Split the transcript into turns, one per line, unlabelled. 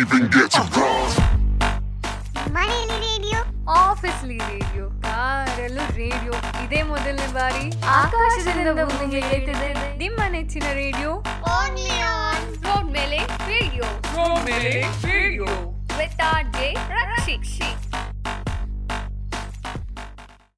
even get to rise.
ಮನೆಯಲ್ಲಿ radio
ಆಫೀಸ್ಲಿ radio ಕಾರಲ್ಲೂ ರೇಡಿಯೋ ಇದೇ ಮೊದಲನೇ ಬಾರಿ ಆಕಾಶದಿಂದ ಭೂಮಿಗೆ ಏರ್ತಿದೆ ನಿಮ್ಮ ನೆಚ್ಚಿನ ರೇಡಿಯೋ
ಓನ್ಲಿ ಆನ್
ರೋಡ್ ಮೇಲೆ ರೇಡಿಯೋ ರೋಡ್ ಮೇಲೆ ರೇಡಿಯೋ ವಿತ್ ಆರ್ ಜೆ ರಕ್ಷಿಕ್